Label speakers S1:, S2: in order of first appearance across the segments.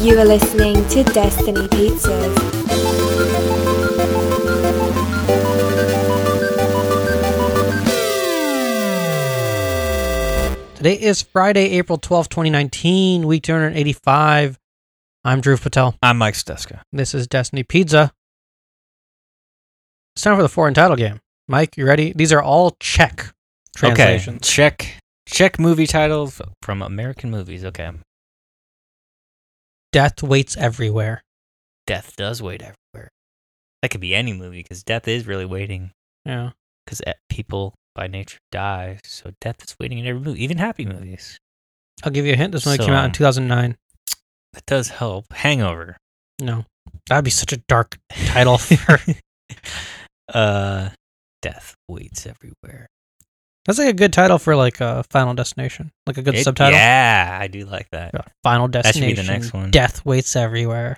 S1: You are listening to Destiny Pizzas.
S2: Today is Friday, April twelfth, 2019, week 285. I'm Drew Patel.
S3: I'm Mike Steska.
S2: This is Destiny Pizza. It's time for the foreign title game. Mike, you ready? These are all Czech
S3: Okay,
S2: translations.
S3: check check movie titles from American movies. Okay, um,
S2: Death waits everywhere.
S3: death does wait everywhere. That could be any movie because death is really waiting
S2: Yeah.
S3: because people by nature die, so death is waiting in every movie, even happy movies.
S2: I'll give you a hint. This movie
S3: So,
S2: came out in
S3: um,
S2: 2009.
S3: That does help. Hangover.
S2: No. That'd be such a dark title for.
S3: uh, death waits everywhere.
S2: That's like a good title for like a Final Destination, like a good
S3: It-
S2: subtitle.
S3: Yeah, I do like that.
S2: Yeah, Final
S3: That should
S2: Destination.
S3: be the next one.
S2: Death waits everywhere.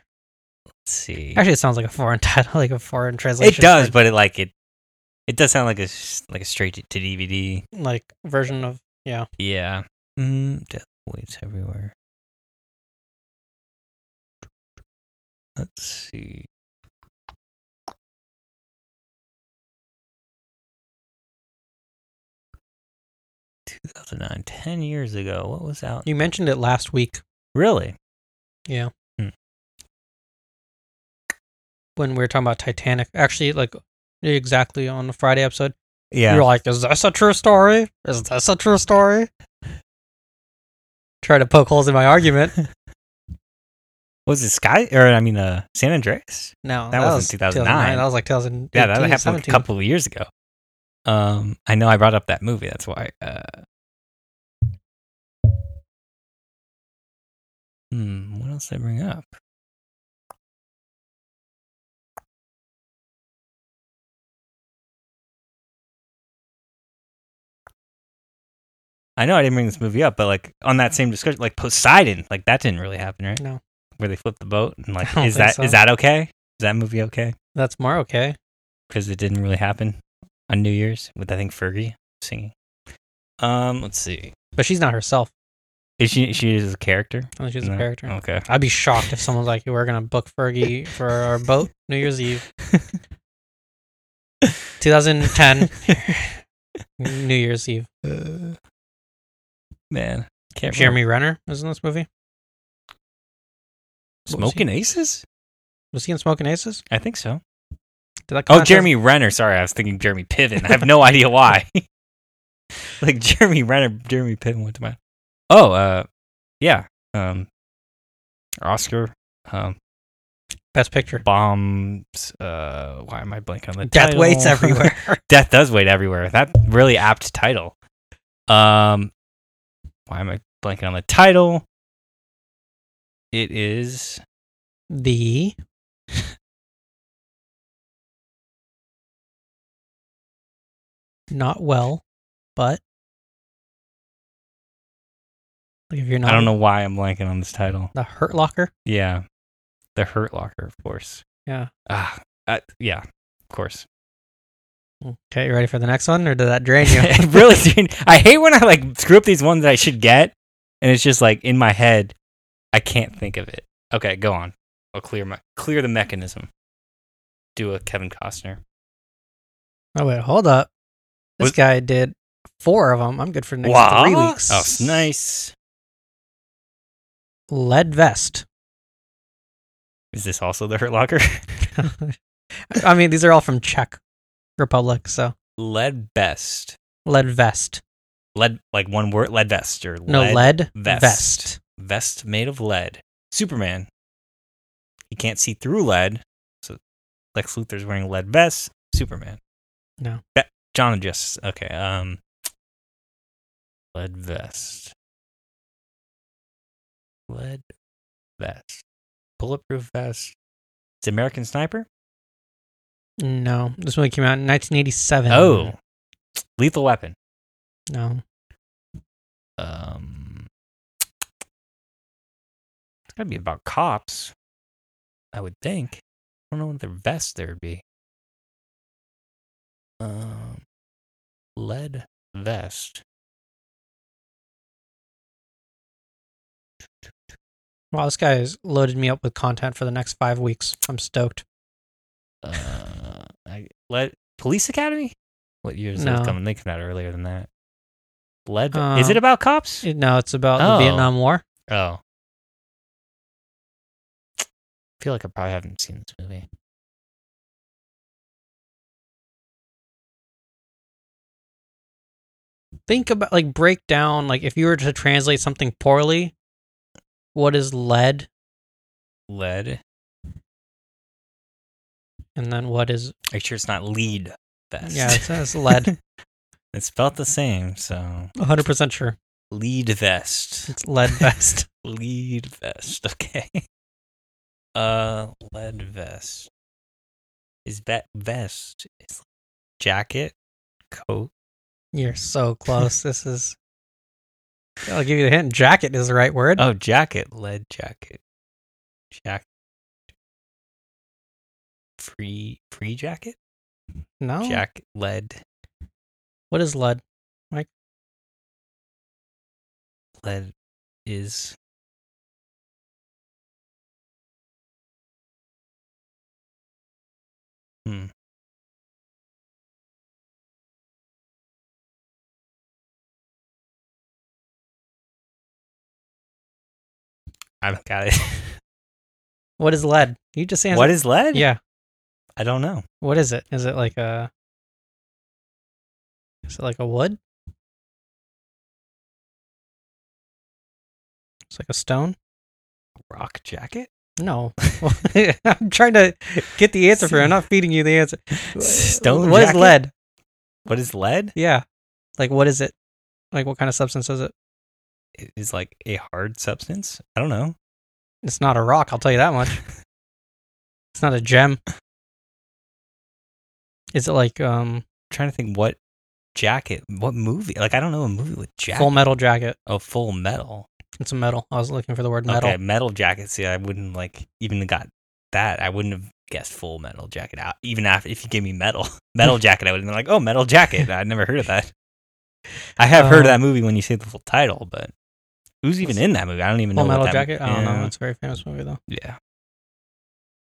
S3: Let's see.
S2: Actually, it sounds like a foreign title, like a foreign
S3: it
S2: translation.
S3: does,
S2: for-
S3: but it like it. It does sound like a s- like a straight to DVD.
S2: like version of yeah.
S3: Yeah. Mm, death waits everywhere. Let's see. Two thousand nine, ten years ago. What was out?
S2: You mentioned it last week
S3: Really?
S2: when we were talking about Titanic. Actually, like exactly on the Friday episode,
S3: Yeah.
S2: you were like, "Is this a true story? Is this a true story?" Try to poke holes in my argument.
S3: was it Sky? Or I mean, uh, San Andreas?
S2: No,
S3: That
S2: was
S3: wasn't 2009.
S2: That was like 2000.
S3: Yeah, that happened like a couple of years ago. Um, I know I brought up that movie. That's why. Uh, hmm, what else did I bring up? I know I didn't bring this movie up, but like on that same discussion, like Poseidon, like that didn't really happen, right?
S2: No.
S3: Where they flip the boat and like,
S2: I don't
S3: is
S2: think
S3: that is
S2: so.
S3: that okay? Is that movie okay?
S2: That's more okay.
S3: because it didn't really happen on New Year's with I think Fergie singing. Um, let's see.
S2: But she's not herself.
S3: Is she she is a character?
S2: I think She's
S3: No? Oh.
S2: a character.
S3: Okay.
S2: I'd be shocked if someone's like, "We're gonna book Fergie for our boat New Year's Eve, 2010 New Year's Eve."
S3: Uh, man, can't
S2: Jeremy Renner was in this movie. What was he-
S3: Smoking Aces.
S2: Was he in Smoking Aces?
S3: I think so.
S2: Did that come
S3: Oh,
S2: out-
S3: Jeremy Renner. Sorry, I was thinking Jeremy Piven. I have no idea why. like Jeremy Renner, Jeremy Piven went to my. Oh, uh, yeah. Um, Oscar. Um,
S2: Best Picture.
S3: bombs. Uh, why am I blanking on the
S2: Death
S3: title?
S2: waits everywhere.
S3: Death does wait everywhere. That really apt title. Um, why am I blanking on the title? It is
S2: the not well, but like if you're not,
S3: I don't know why I'm blanking on this title.
S2: the Hurt Locker.
S3: Yeah, The Hurt Locker, of course.
S2: Yeah.
S3: Ah, uh, yeah, of course. Hmm.
S2: Okay, you ready for the next one, or did that drain you?
S3: It really, dude, I hate when I like screw up these ones that I should get, and it's just like in my head, I can't think of it. Okay, go on. I'll clear my clear the mechanism. Do a Kevin Costner.
S2: oh wait, hold up. This
S3: Was-
S2: guy did four of them. I'm good for the next three
S3: What?
S2: weeks.
S3: Oh, nice.
S2: Lead vest.
S3: Is this also the Hurt Locker?
S2: I mean, these are all from Czech Republic, so
S3: lead vest.
S2: lead vest.
S3: Lead, like one word, lead vest or
S2: No
S3: lead,
S2: lead
S3: vest.
S2: vest.
S3: Vest made of lead. Superman. You can't see through lead. So Lex Luthor's wearing a lead vest. Superman.
S2: No.
S3: Ba- John and Justice. Okay. Um, lead vest. Lead vest. Bulletproof vest. It's American Sniper?
S2: No, this movie came out in 1987.
S3: Oh. Lethal Weapon.
S2: no,
S3: Um, it's gotta be about cops, I would think. I don't know what their vest there would be. Um, lead vest.
S2: Wow, this guy has loaded me up with content for the next five weeks. I'm stoked.
S3: Uh, I, let Police Academy. What year is
S2: No.
S3: that coming? They come out earlier than that. Lead.
S2: Uh,
S3: is it about cops?
S2: It- No, it's about
S3: Oh.
S2: the Vietnam War.
S3: oh. I feel like I probably haven't seen this movie.
S2: Think about like break down like if you were to translate something poorly, what is lead,
S3: Lead.
S2: and then what is
S3: Make sure it's not lead vest.
S2: yeah, it's, it's lead.
S3: it's spelled the same, so
S2: 100 percent sure
S3: lead vest.
S2: it's lead vest.
S3: lead vest. Okay. Uh, lead vest. Is that vest? Is jacket, coat.
S2: You're so close. This is. I'll give you the hint. Jacket is the right word.
S3: Oh, jacket, lead jacket, jacket. Free, free jacket,
S2: no.
S3: jacket, lead,
S2: What is lead?
S3: lead is. Hmm. I've got it.
S2: What is lead? You just answered.
S3: what is lead?
S2: Yeah.
S3: I don't know.
S2: What is it? Is it like a? Is it like a wood? It's like a stone.
S3: Rock jacket?
S2: No, I'm trying to get the answer for. you. I'm not feeding you the answer.
S3: Stone
S2: What is
S3: jacket?
S2: lead?
S3: What is lead?
S2: Yeah. Like what is it? Like what kind of substance is it?
S3: It is like a hard substance. I don't know.
S2: It's not a rock. I'll tell you that much. it's not a gem. Is it like um
S3: trying to think what jacket, what movie? Like I don't know a movie with jacket.
S2: Full Metal Jacket?
S3: oh, Full Metal.
S2: It's a metal. I was looking for the word metal.
S3: Okay, metal jacket. See, I wouldn't like even got that. I wouldn't have guessed Full Metal Jacket out. Even after if you gave me metal metal jacket, I would have been like, oh, metal jacket. I'd never heard of that. I have heard of
S2: Uh-huh.
S3: that movie when you say the full title, but who's even in that movie? I don't even
S2: Full
S3: know.
S2: Metal
S3: what that,
S2: Jacket. I don't know.
S3: yeah,
S2: It's a very famous movie though.
S3: Yeah.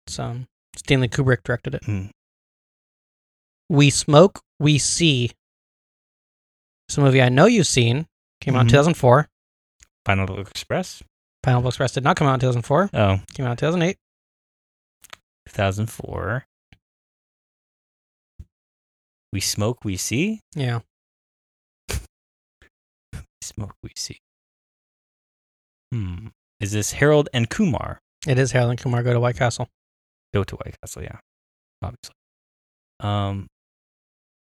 S2: It's um Stanley Kubrick directed it.
S3: Hmm.
S2: We smoke, we see. It's a movie I know you've seen. Came out in
S3: Mhm.
S2: 2004.
S3: Pineapple Express.
S2: Pineapple Express did not come out in 2004.
S3: Oh,
S2: Came out in 2008.
S3: 2004. We smoke, we see.
S2: Yeah.
S3: smoke we see. Hmm. Is this Harold and Kumar
S2: It is Harold and Kumar go to White Castle.
S3: go to White Castle? Yeah, obviously. Um,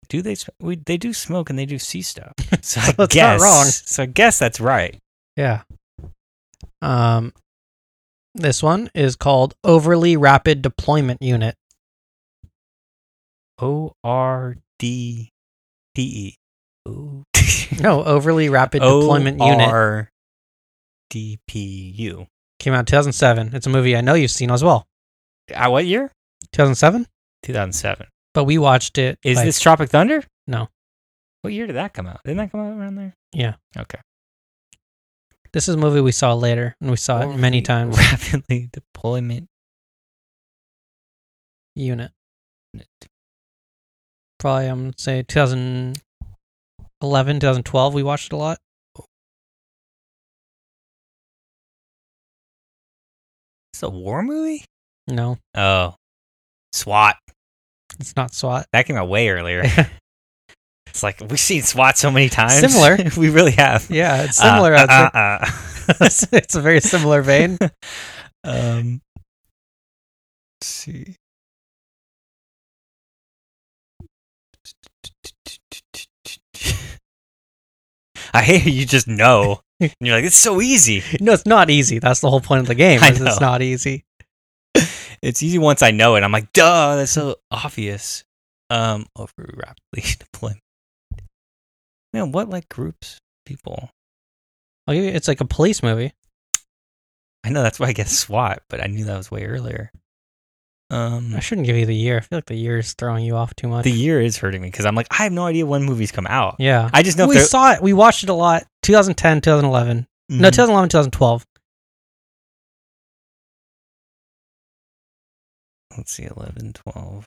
S3: do they? sm- We, they do smoke and they do see stuff. So I
S2: That's not
S3: guess
S2: wrong.
S3: So I guess that's right.
S2: Yeah. Um, this one is called Overly Rapid Deployment Unit.
S3: O R D D E. O
S2: No, Overly Rapid Deployment Unit
S3: R D P U.
S2: came out in 2007. It's a movie I know you've seen as well.
S3: Uh, what year?
S2: 2007,
S3: 2007.
S2: but we watched it.
S3: Is
S2: like-
S3: this Tropic Thunder?
S2: No.
S3: What year did that come out? Didn't that come out around there?
S2: Yeah.
S3: Okay.
S2: this is a movie we saw later, and we saw it many
S3: Overly
S2: times.
S3: Rapidly deployment
S2: Unit,
S3: unit.
S2: probably I'm gonna say 2011, 2012. We watched it a lot.
S3: It's a war movie?
S2: No,
S3: Oh. SWAT.
S2: it's not SWAT.
S3: That came out way earlier. it's like we've seen SWAT so many times.
S2: Similar.
S3: we really have.
S2: Yeah, it's
S3: Uh,
S2: similar.
S3: uh,
S2: I'd say.
S3: uh, uh.
S2: it's, it's a very similar vein.
S3: um let's see. I hate how you just know. And you're like, it's so easy.
S2: No, it's not easy. That's the whole point of the game.
S3: I
S2: Is
S3: know.
S2: it's not easy.
S3: it's easy once I know it. I'm like, duh, that's so obvious. Um, over rapidly deployment. Man, what like groups, people?
S2: I'll give you, it's like a police movie.
S3: I know that's why I guess SWAT, but I knew that was way earlier. Um,
S2: I shouldn't give you the year. I feel like the year is throwing you off too much.
S3: the year is hurting me because I'm like, I have no idea when movies come out.
S2: yeah.
S3: I just know
S2: we
S3: if they're-
S2: saw
S3: Mm-hmm.
S2: it. We watched it a lot. 2010, 2011. No,
S3: Mhm.
S2: 2011, 2012.
S3: Let's see, 11, 12.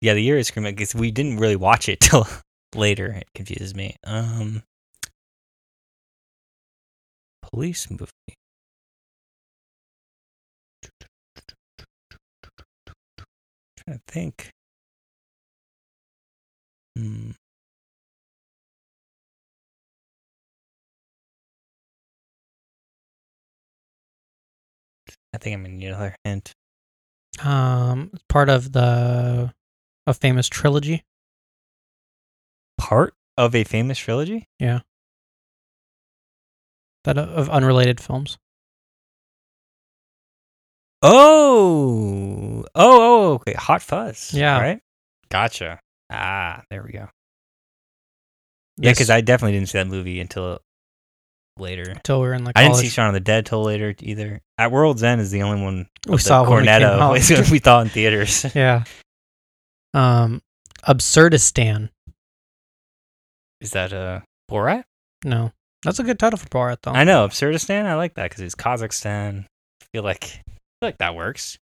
S3: Yeah, the year is Scream because we didn't really watch it till later. It confuses me. Um, police movie. trying to think. Hmm. I think I'm gonna need another hint.
S2: Um, it's part of the a famous trilogy.
S3: Part of a famous trilogy?
S2: that of unrelated films.
S3: Oh, oh, oh, okay. Hot Fuzz.
S2: Yeah.
S3: Right? Gotcha. Ah, there we go. Yeah, because I definitely didn't see that movie until later.
S2: until we were in like
S3: I didn't
S2: college.
S3: see Shaun of the Dead till later either. At World's End is the only one
S2: we
S3: of the
S2: saw it when it came
S3: Cornetto
S2: out.
S3: is what we saw in theaters.
S2: yeah. Um, Absurdistan.
S3: Is that uh, Borat?
S2: No, that's a good title for Borat though.
S3: I know Absurdistan. I like that because it's Kazakhstan. I feel like I feel like that works.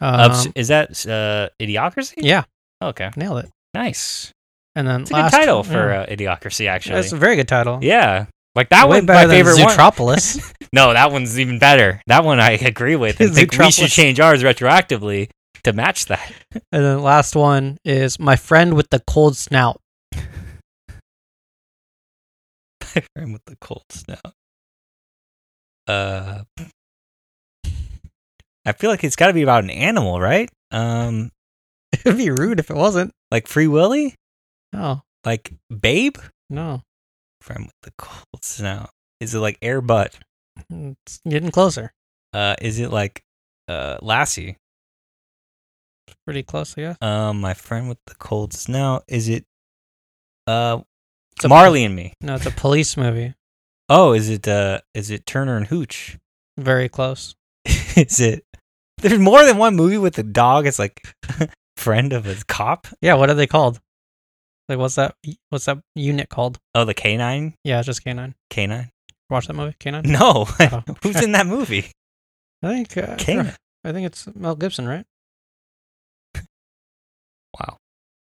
S2: Um,
S3: Abs- is that uh, Idiocracy?
S2: yeah,
S3: Okay.
S2: nailed it.
S3: Nice.
S2: And then
S3: It's a
S2: last
S3: good title for
S2: yeah.
S3: uh, Idiocracy, actually.
S2: That's a very good title.
S3: yeah. Like that
S2: Way
S3: one's my
S2: better than
S3: favorite one.
S2: Zootropolis.
S3: No, that one's even better. That one I agree with. And think we should
S2: Zootropolis.
S3: change ours retroactively to match that.
S2: and then last one is My Friend with the Cold Snout.
S3: Aaron with the Colts now. Uh, I feel like it's got to be about an animal, right? Um,
S2: It'd be rude if it wasn't.
S3: like Free Willy,
S2: No,
S3: like Babe
S2: no,
S3: from with the Colts now. Is it like Air Bud?
S2: it's getting closer.
S3: Uh, is it like uh Lassie?
S2: It's pretty close, I guess.
S3: Um, my friend with the Colts now. Is it uh
S2: It's a-
S3: Marley and Me?
S2: No, it's a police movie.
S3: Oh, is it uh is it Turner and Hooch?
S2: Very close.
S3: is it there's more than one movie with a dog it's like friend of a cop
S2: Yeah, what are they called? Like, what's that? What's that unit called?
S3: oh the canine
S2: Yeah, it's just K9.
S3: canine
S2: Watch that movie, K9.
S3: no
S2: Oh.
S3: who's in that movie
S2: I think uh,
S3: K9.
S2: I think it's Mel Gibson, right?
S3: wow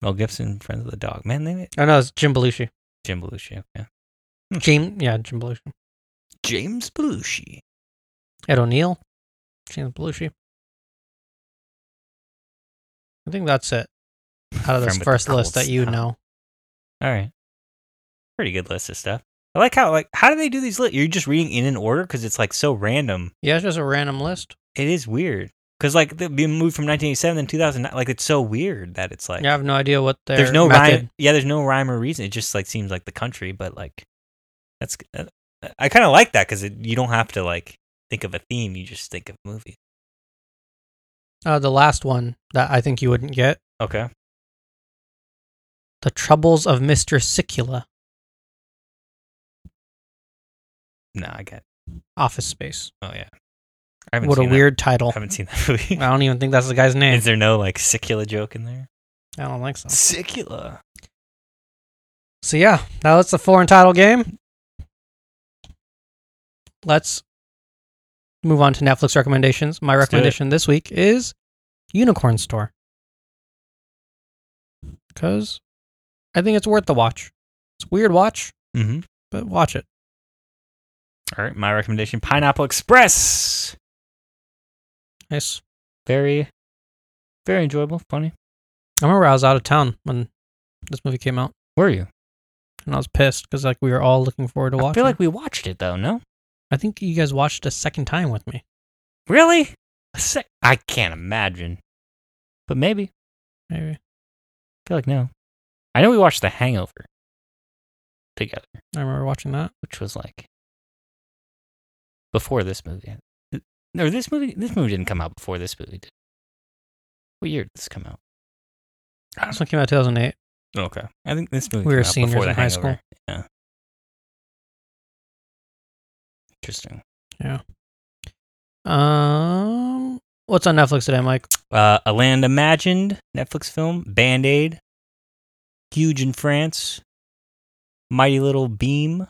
S3: mel gibson friend of the dog man they
S2: Oh no, it's Jim Belushi.
S3: jim belushi yeah Hmm.
S2: Jim, yeah, Jim Belushi.
S3: james belushi
S2: Ed O'Neill, James Belushi. I think that's it out of
S3: Friend
S2: this
S3: with the
S2: first list
S3: Colts.
S2: that you
S3: Oh.
S2: know.
S3: all right pretty good list of stuff i like how like how do they do these lists you're just reading in an order because it's like so random
S2: Yeah, it's just a random list.
S3: it is weird because like the the movie from 1987 and 2009 like it's so weird that it's like
S2: yeah, I have no idea what their
S3: there's no
S2: method.
S3: rhyme. Yeah, there's no rhyme or reason. It just like seems like the country, but like that's uh, I kind of like that because you don't have to like think of a theme. You just think of movies.
S2: Uh, the last one that I think you wouldn't get:
S3: Okay,
S2: the Troubles of Mister Sicula,
S3: no, I get.
S2: Office Space.
S3: Oh yeah, I haven't
S2: What a
S3: seen that-
S2: weird
S3: I
S2: title.
S3: haven't seen that movie.
S2: I don't even think that's the guy's name.
S3: Is there no like sicula joke in there?
S2: I don't think so.
S3: Sicula.
S2: So yeah, now that's the foreign title game. Let's move on to Netflix recommendations. My
S3: Let's do it.
S2: recommendation this week is Unicorn Store. Cuz I think it's worth the watch. It's a weird watch,
S3: Mm-hmm.
S2: but watch it.
S3: All right, my recommendation: Pineapple Express.
S2: Nice.
S3: Very, very enjoyable, funny.
S2: I remember I was out of town when this movie came out
S3: Were you?
S2: and I was pissed cuz like we were all looking forward to
S3: I
S2: watching.
S3: feel like we watched it though. No,
S2: I think you guys watched a second time with me.
S3: really? A sec- I can't imagine, but maybe.
S2: Maybe.
S3: feel like no. I know we watched The Hangover together,
S2: I remember watching that.
S3: which was like before this movie. No, this movie this movie didn't come out before this movie did. What year did this come out?
S2: This one came out in 2008.
S3: Okay, I think this movie
S2: We
S3: came
S2: were
S3: out
S2: seniors
S3: before The
S2: in high
S3: Hangover. Yeah. Interesting.
S2: Um, what's on Netflix today, Mike?
S3: Uh, A Land Imagined, Netflix film, Band Aid, huge in France, Mighty Little Beam,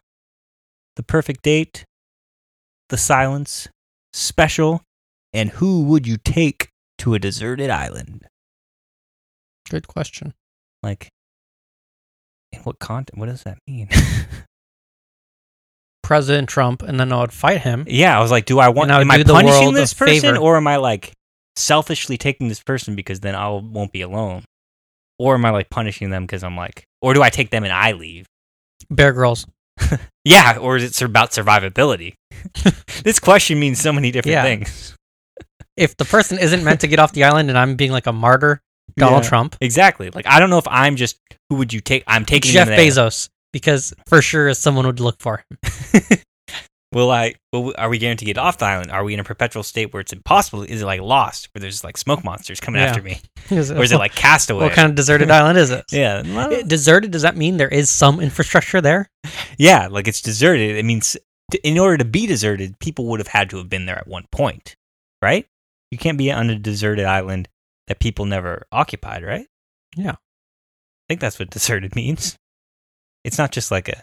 S3: The Perfect Date, The Silence, Special,
S4: and who would you take to a deserted island?
S2: Good question.
S3: Like, and what content? What does that mean?
S2: President Trump, and then I would fight him.
S3: yeah, I was like, do I want?
S2: And I would
S3: am I
S2: do the
S3: punishing
S2: world a
S3: this person,
S2: favor.
S3: or am I like selfishly taking this person because then I won't be alone? Or am I like punishing them because I'm like, or do I take them and I leave?
S2: Bear Girls.
S3: Yeah, or is it sur- about survivability? this question means so many different
S2: Yeah.
S3: things.
S2: If the person isn't meant to get off the island and I'm being like a martyr, Donald
S3: Yeah.
S2: Trump,
S3: Exactly. Like, I don't know if I'm just who would you take? I'm taking
S2: Jeff
S3: them there.
S2: Bezos, because for sure someone would look for him.
S3: Will I? Will, are we guaranteed to get off the island? Are we in a perpetual state where it's impossible? Is it like Lost, where there's like smoke monsters coming
S2: Yeah.
S3: after me, or is it like Castaway?
S2: what kind of deserted island is it?
S3: yeah,
S2: It- Deserted? Does that mean there is some infrastructure there?
S3: yeah. Like it's deserted. It means to, in order to be deserted, people would have had to have been there at one point, right? You can't be on a deserted island that people never occupied, right?
S2: Yeah.
S3: I think that's what deserted means. It's not just like a.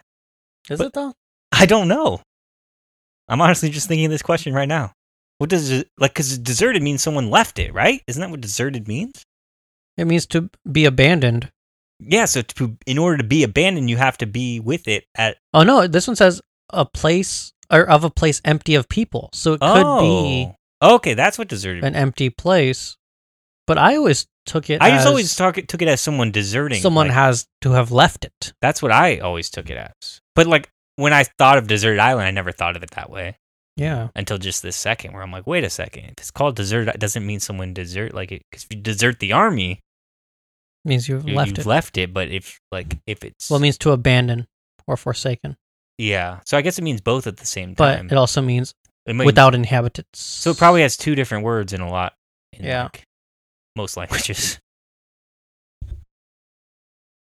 S2: Is
S3: But-
S2: it though?
S3: I don't know. I'm honestly just thinking of this question right now. What does it, like? Because deserted means someone left it, right? Isn't that what deserted means?
S2: It means to be abandoned.
S3: Yeah. So to in order to be abandoned, you have to be with it at.
S2: Oh no, this one says a place or of a place empty of people. So it could
S3: oh.
S2: be
S3: Okay, that's what deserted.
S2: an empty place. But I always took it
S3: I
S2: as
S3: just always talk, took it as someone deserting.
S2: someone
S3: like,
S2: has to have left it.
S3: that's what I always took it as. But like when I thought of deserted island, I never thought of it that way
S2: Yeah.
S3: until just this second, where I'm like, wait a second, if it's called desert, it doesn't mean someone desert. Like, because if you desert the army,
S2: means you've
S3: you,
S2: left
S3: have
S2: it.
S3: left it. But if like if it's
S2: Well, it means to abandon or forsaken.
S3: yeah, so I guess it means both at the same
S2: But
S3: time.
S2: it also means
S3: It might-
S2: without inhabitants.
S3: so it probably has two different words in a lot. In
S2: Yeah.
S3: like, most languages.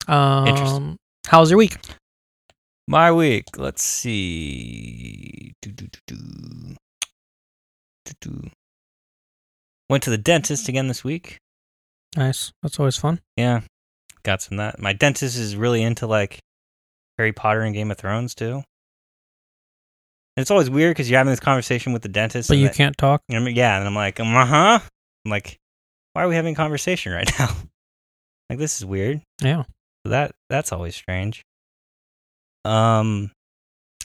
S2: um,
S3: Interesting.
S2: How was your week?
S4: My week. Let's see. Do, do, do, do. Do, do.
S3: Went to the dentist again this week.
S2: Nice. That's always fun.
S3: Yeah, got some that. My dentist is really into like Harry Potter and Game of Thrones too. And it's always weird because you're having this conversation with the dentist,
S2: But
S3: and
S2: you
S3: that-
S2: can't talk.
S3: and I'm- yeah, and I'm like, uh huh. I'm like, why are we having a conversation right now? like this is weird.
S2: Yeah.
S3: That that's always strange. Um,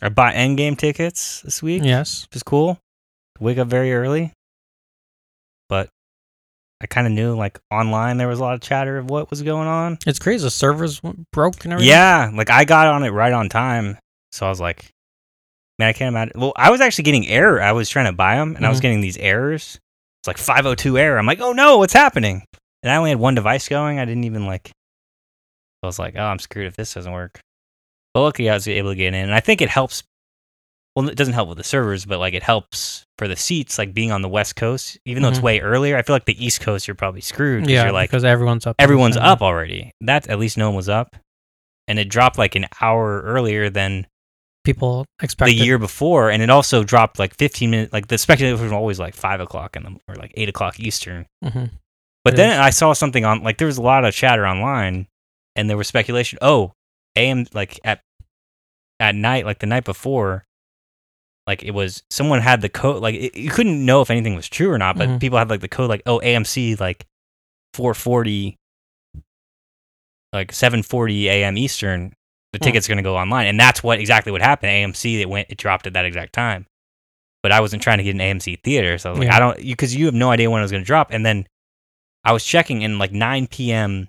S3: I bought Endgame tickets this week.
S2: Yes.
S3: It was cool. Wake up very early. But I kind of knew like online there was a lot of chatter of what was going on.
S2: It's crazy. The servers went broke and everything.
S3: Yeah, like I got on it right on time. So I was like, man, I can't imagine. Well, I was actually getting error. I was trying to buy them and I was
S2: Mhm.
S3: getting these errors. It's like 502 error. I'm like, oh no, what's happening? And I only had one device going. I didn't even like, I was like, oh, I'm screwed if this doesn't work. But luckily I was able to get in. And I think it helps. Well, it doesn't help with the servers, but like it helps for the seats, like being on the West Coast, even though it's
S2: Mhm.
S3: way earlier. I feel like the East Coast, you're probably screwed because
S2: Yeah,
S3: you're like,
S2: because everyone's up.
S3: everyone's
S2: Understand.
S3: up already. That at least no one was up, and it dropped like an hour earlier than
S2: People expected.
S3: the year before, and it also dropped like fifteen minutes. Like the spectators were always like five o'clock in the or like eight o'clock Eastern.
S2: Mhm.
S3: But
S2: It
S3: then
S2: is.
S3: I saw something on like there was a lot of chatter online, and there was speculation. Oh, AM like at at night, like the night before. Like it was, someone had the code. Like it, you couldn't know if anything was true or not, but
S2: Mhm.
S3: people had like the code, like oh AMC like four forty like 7:40 a.m. Eastern, the
S2: Hmm.
S3: ticket's going to go online, and that's what exactly what happened. AMC it went it dropped at that exact time, but I wasn't trying to get an AMC theater, so I was like,
S2: Yeah.
S3: I don't because you have no idea when it was going to drop. And then I was checking in like 9 p.m.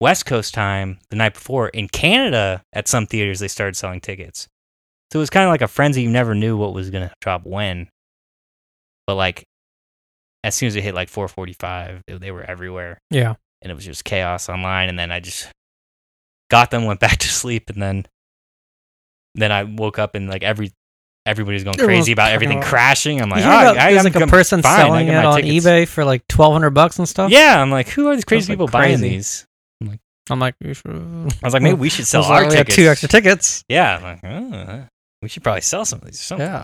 S3: West Coast time the night before in Canada at some theaters they started selling tickets, so it was kind of like a frenzy. You never knew what was going to drop when, but like as soon as it hit like 4:45, they- they were everywhere
S2: Yeah.
S3: and it was just chaos online and then i just got them went back to sleep and then then i woke up and like every everybody's going
S2: Everyone's
S3: crazy about
S2: talking
S3: everything
S2: about-
S3: crashing i'm like
S2: You
S3: oh,
S2: hear about-
S3: I,
S2: there's
S3: I'm
S2: like a
S3: com-
S2: person
S3: fine, I
S2: selling
S3: get
S2: it
S3: my
S2: on
S3: tickets.
S2: eBay for like twelve hundred bucks and stuff.
S3: yeah i'm like who are these crazy
S2: like,
S3: people buying
S2: crazy.
S3: these
S2: I'm like, you should
S3: i was like maybe we should sell
S2: Those
S3: our
S2: are- we have
S3: tickets
S2: two extra tickets.
S3: yeah I'm like, oh, we should probably sell some of these or something
S2: Yeah.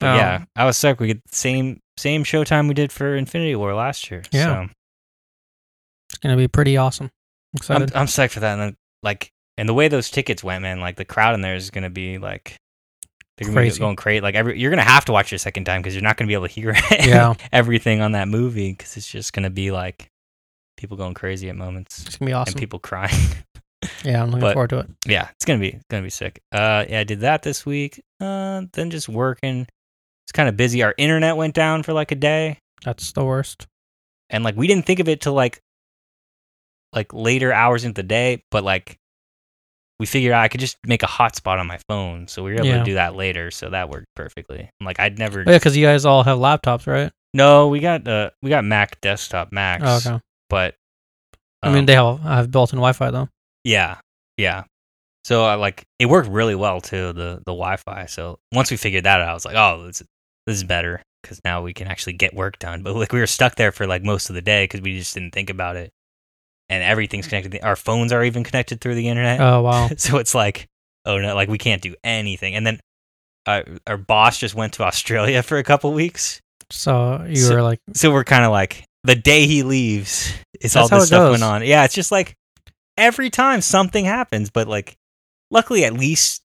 S3: But
S2: Um,
S3: yeah i was stuck we get the same same showtime we did for infinity war last year
S2: Yeah.
S3: so.
S2: Gonna be pretty awesome. Excited.
S3: I'm, I'm psyched for that. And then, like, and the way those tickets went, man, like the crowd in there is gonna be like They're gonna be
S2: Crazy.
S3: going crazy. Like every, you're gonna have to watch it a second time because you're not gonna be able to hear
S2: Yeah.
S3: everything on that movie because it's just gonna be like people going crazy at moments
S2: It's gonna be awesome.
S3: and people crying.
S2: yeah, I'm looking
S3: but-
S2: forward to it.
S3: yeah, it's gonna be it's gonna be sick. Uh, yeah, I did that this week. Uh, then just working. It's kind of busy. Our internet went down for like a day,
S2: That's the worst.
S3: and like we didn't think of it till like like later hours into the day, but like we figured out I could just make a hotspot on my phone, so we were able
S2: Yeah.
S3: to do that later. So that worked perfectly. And, like I'd never.
S2: Oh, yeah, because you guys all have laptops, right?
S3: No, we got uh we got Mac desktop Macs,
S2: Oh, okay.
S3: but
S2: I mean,
S3: um,
S2: they all have built-in Wi-Fi though.
S3: Yeah, yeah. So I like it worked really well too the the Wi-Fi. So once we figured that out, I was like, oh, this this is better because now we can actually get work done. But like we were stuck there for like most of the day because we just didn't think about it, and everything's connected. Our phones are even connected through the internet.
S2: Oh wow.
S3: so it's like, oh no, like we can't do anything. And then uh, our boss just went to Australia for a couple weeks,
S2: So you
S3: So-
S2: were like,
S3: so we're kind of like the day he leaves is
S2: That's
S3: all
S2: how
S3: this
S2: it
S3: stuff
S2: goes.
S3: went on. Yeah, it's just like every time something happens, but like luckily at least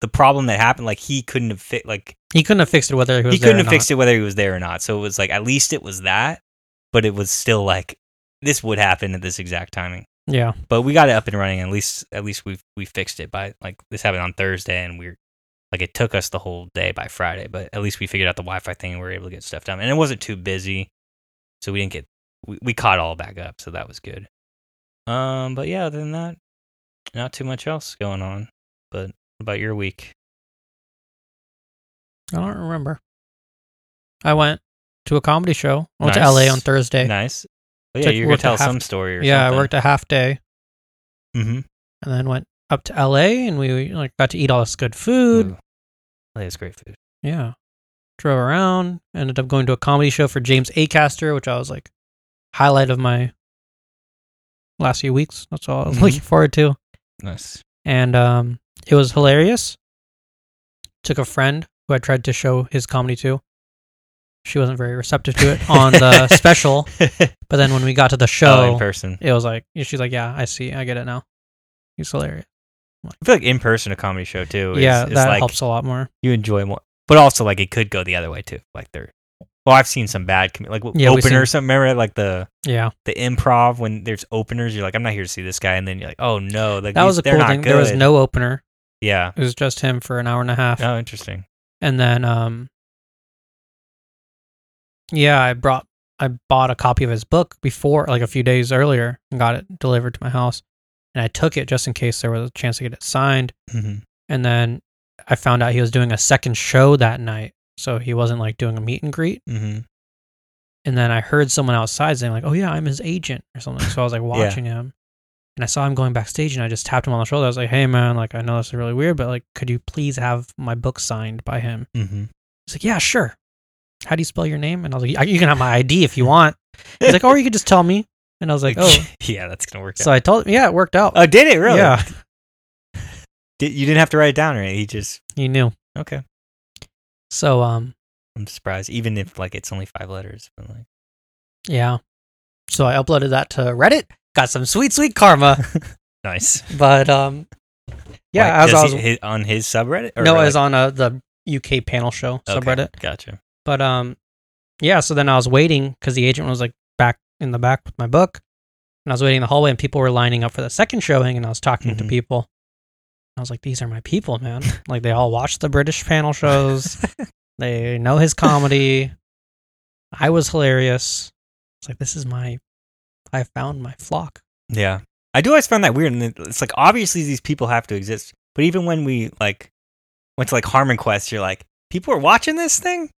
S3: the problem that happened, like he couldn't have fit, like
S2: he couldn't have fixed it whether he was
S3: he
S2: there
S3: couldn't
S2: or
S3: have
S2: not.
S3: fixed it whether he was there or not. So it was like at least it was that, but it was still like this would happen at this exact timing.
S2: Yeah.
S3: But we got it up and running. At least at least we we fixed it by like this happened on Thursday, and we're like it took us the whole day by Friday, but at least we figured out the Wi-Fi thing and we were able to get stuff done. And it wasn't too busy, so we didn't get we, we caught all back up, so that was good. Um, but yeah, other than that, not too much else going on. But what about your week,
S2: I don't remember. I went to a comedy show. I went
S3: Nice.
S2: to LA on Thursday.
S3: nice. Oh, yeah,
S2: Took-
S3: you're gonna
S2: worked a
S3: tell
S2: half-
S3: some story. Or
S2: yeah,
S3: something.
S2: I worked a half day
S3: Mm-hmm.
S2: and then went up to LA and we like got to eat all this good food.
S3: That's Oh, great food.
S2: Yeah. Drove around, ended up going to a comedy show for James Acaster, which I was like highlight of my last few weeks. That's all I was
S3: Mhm.
S2: looking forward to.
S3: Nice.
S2: and um, it was hilarious. Took a friend who I tried to show his comedy to. She wasn't very receptive to it on the special, but then when we got to the
S3: oh,
S2: show,
S3: in person.
S2: it was like she's like, "Yeah, I see, I get it now." He's hilarious.
S3: I feel like in person a comedy show too. Is,
S2: yeah,
S3: is
S2: that
S3: like,
S2: helps a lot more.
S3: you enjoy more. But also, like, it could go the other way too. Like, they're well, I've seen some bad, com- like
S2: Yeah, we've
S3: openers. Some remember like the
S2: Yeah,
S3: the improv when there's openers. You're like, I'm not here to see this guy, and then you're like, oh no, like
S2: that
S3: these-
S2: was a
S3: they're
S2: cool
S3: not
S2: thing. There was
S3: good.
S2: no opener.
S3: yeah.
S2: It was just him for an hour and a half,
S3: Oh, interesting.
S2: and then um, yeah, I brought I bought a copy of his book before, like a few days earlier, and got it delivered to my house. And I took it just in case there was a chance to get it signed.
S3: Mm-hmm.
S2: And then I found out he was doing a second show that night. So he wasn't like doing a meet and greet.
S3: Mm-hmm.
S2: And then I heard someone outside saying, like, oh yeah, I'm his agent or something. So I was like watching him. And I saw him going backstage and I just tapped him on the shoulder. I was like, hey man, like I know this is really weird, but like could you please have my book signed by him?
S3: Mm-hmm.
S2: He's like, yeah, sure. How do you spell your name? And I was like, "I- you can have my ID if you want. He's like, or you could just tell me. And I was like, oh.
S3: yeah, that's gonna work.
S2: So
S3: out.
S2: I told him, yeah, it worked out.
S3: oh, did it really?
S2: Yeah,
S3: Did, you didn't have to write it down, right? He just
S2: he knew.
S3: okay.
S2: So um,
S3: I'm surprised, even if like it's only five letters. But, like,
S2: Yeah. So I uploaded that to Reddit. Got some sweet, sweet karma.
S3: nice.
S2: But um, yeah,
S3: Like,
S2: as I
S3: does
S2: was
S3: he- his- on his subreddit. Or
S2: no, I
S3: like,
S2: was on uh, the UK panel show
S3: okay,
S2: subreddit.
S3: Gotcha.
S2: But um, yeah. So then I was waiting because the agent was like back in the back with my book, and I was waiting in the hallway, and people were lining up for the second showing, and I was talking to
S3: Mhm.
S2: people. I was like, "These are my people, man! like they all watch the British panel shows. they know his comedy. I was hilarious. It's like this is my, I found my flock."
S3: Yeah. I do always find that weird. And it- it's like, obviously, these people have to exist. But even when we like went to like Harmon Quest, you're like, people are watching this thing?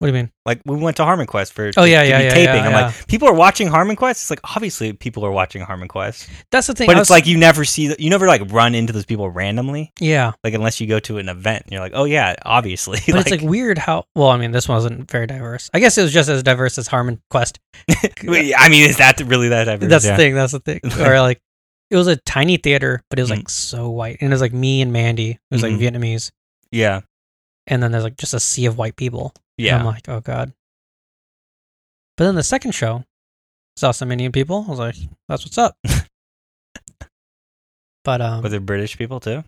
S2: What do you mean?
S3: Like, we went to Harmon Quest for
S2: Oh,
S3: to-
S2: yeah,
S3: to
S2: yeah,
S3: be
S2: yeah,
S3: taping.
S2: yeah,
S3: I'm
S2: yeah.
S3: like, people are watching Harmon Quest? It's like, obviously, people are watching Harmon Quest.
S2: That's the thing.
S3: But
S2: I
S3: it's
S2: was-
S3: like, you never see, th- you never like run into those people randomly.
S2: yeah,
S3: Like, unless you go to an event and you're like, oh, yeah, obviously.
S2: but it's like weird how. Well, I mean, this one wasn't very diverse. I guess it was just as diverse as Harmon Quest.
S3: Wait, I mean, is that really that diverse?
S2: That's
S3: Yeah.
S2: the thing. That's the thing. or like, it was a tiny theater, but it was
S3: Mm.
S2: like so white, and it was like me and Mandy, who's
S3: Mhm.
S2: like Vietnamese,
S3: Yeah.
S2: and then there's like just a sea of white people. And I'm
S3: Yeah.
S2: like, oh god. But then the second show, saw some Indian people. I was like, that's what's up. but um,
S3: Were there British people too?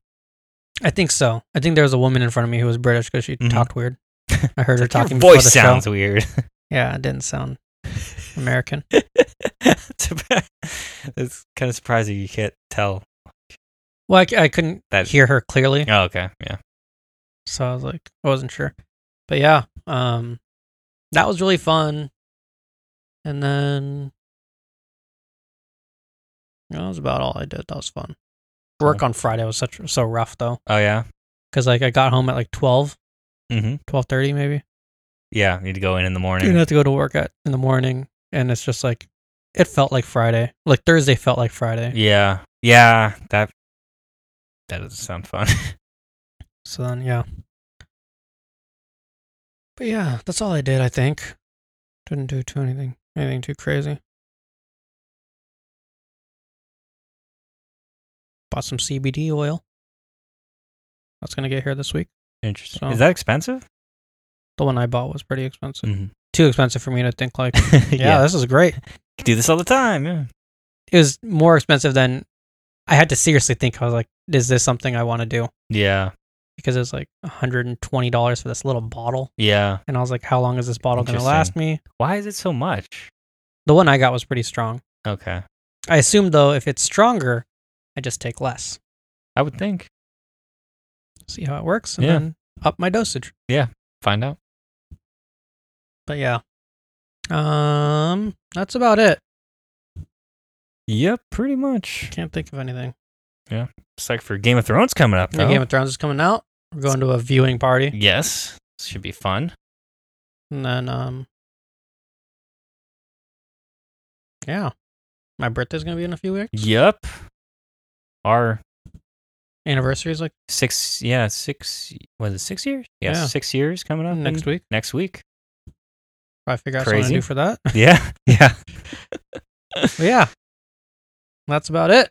S2: I think so. I think there was a woman in front of me who was British because she
S3: Mhm.
S2: talked weird. I heard her
S3: Like,
S2: talking
S3: Your
S2: before
S3: voice
S2: the
S3: sounds
S2: show.
S3: weird.
S2: Yeah, it didn't sound American.
S3: it's kind of surprising you can't tell.
S2: Well, I, c- I couldn't
S3: That-
S2: hear her clearly,
S3: Oh, okay. Yeah.
S2: so I was like, I wasn't sure. But yeah, um, that was really fun. And then that was about all I did. That was fun. Work on Friday was such so rough though,
S3: Oh, yeah.
S2: because like I got home at like 12,
S3: Mm-hmm.
S2: 12.30 maybe.
S3: Yeah. You need to go in in the
S2: You
S3: morning.
S2: have to go to work at in the morning, and it's just like it felt like Friday. Like Thursday felt like Friday.
S3: Yeah. Yeah. That that doesn't sound fun.
S2: So then, yeah. But yeah, that's all I did. I think didn't do too anything, anything too crazy. Bought some CBD oil. That's gonna get here this week.
S3: Interesting.
S2: So-
S3: Is that expensive?
S2: The one I bought was pretty expensive.
S3: Mhm.
S2: Too expensive for me to think like, Mm-hmm. yeah,
S3: You
S2: this is great.
S3: can do this all the time. Yeah.
S2: It was more expensive than I had to seriously think. I was like, is this something I want to do?
S3: Yeah.
S2: Because it was like $120 for this little bottle.
S3: Yeah.
S2: And I was like, how long is this bottle going to
S3: Interesting.
S2: last me?
S3: Why is it so much?
S2: The one I got was pretty strong.
S3: Okay.
S2: I assume though, if it's stronger, I just take less.
S3: I would think.
S2: See how it works, and
S3: Yeah.
S2: then up my dosage.
S3: Find out.
S2: But yeah, um, that's about it.
S3: Yep. Pretty much.
S2: Can't think of anything.
S3: It's like for Game of Thrones coming up.
S2: The
S3: Though.
S2: Game of Thrones is coming out. We're going to a viewing party,
S3: yes. This should be fun.
S2: and then um, yeah, my birthday's gonna be in a few weeks.
S3: Yep. Our
S2: Anniversary's like
S3: six, yeah, six, was it six years? Yeah,
S2: Yeah.
S3: six years coming up
S2: next
S3: in-
S2: week.
S3: Next week.
S2: I figure out something to
S3: Mm-hmm. Crazy.
S2: do for that.
S3: Yeah. Yeah.
S2: But yeah, that's about it.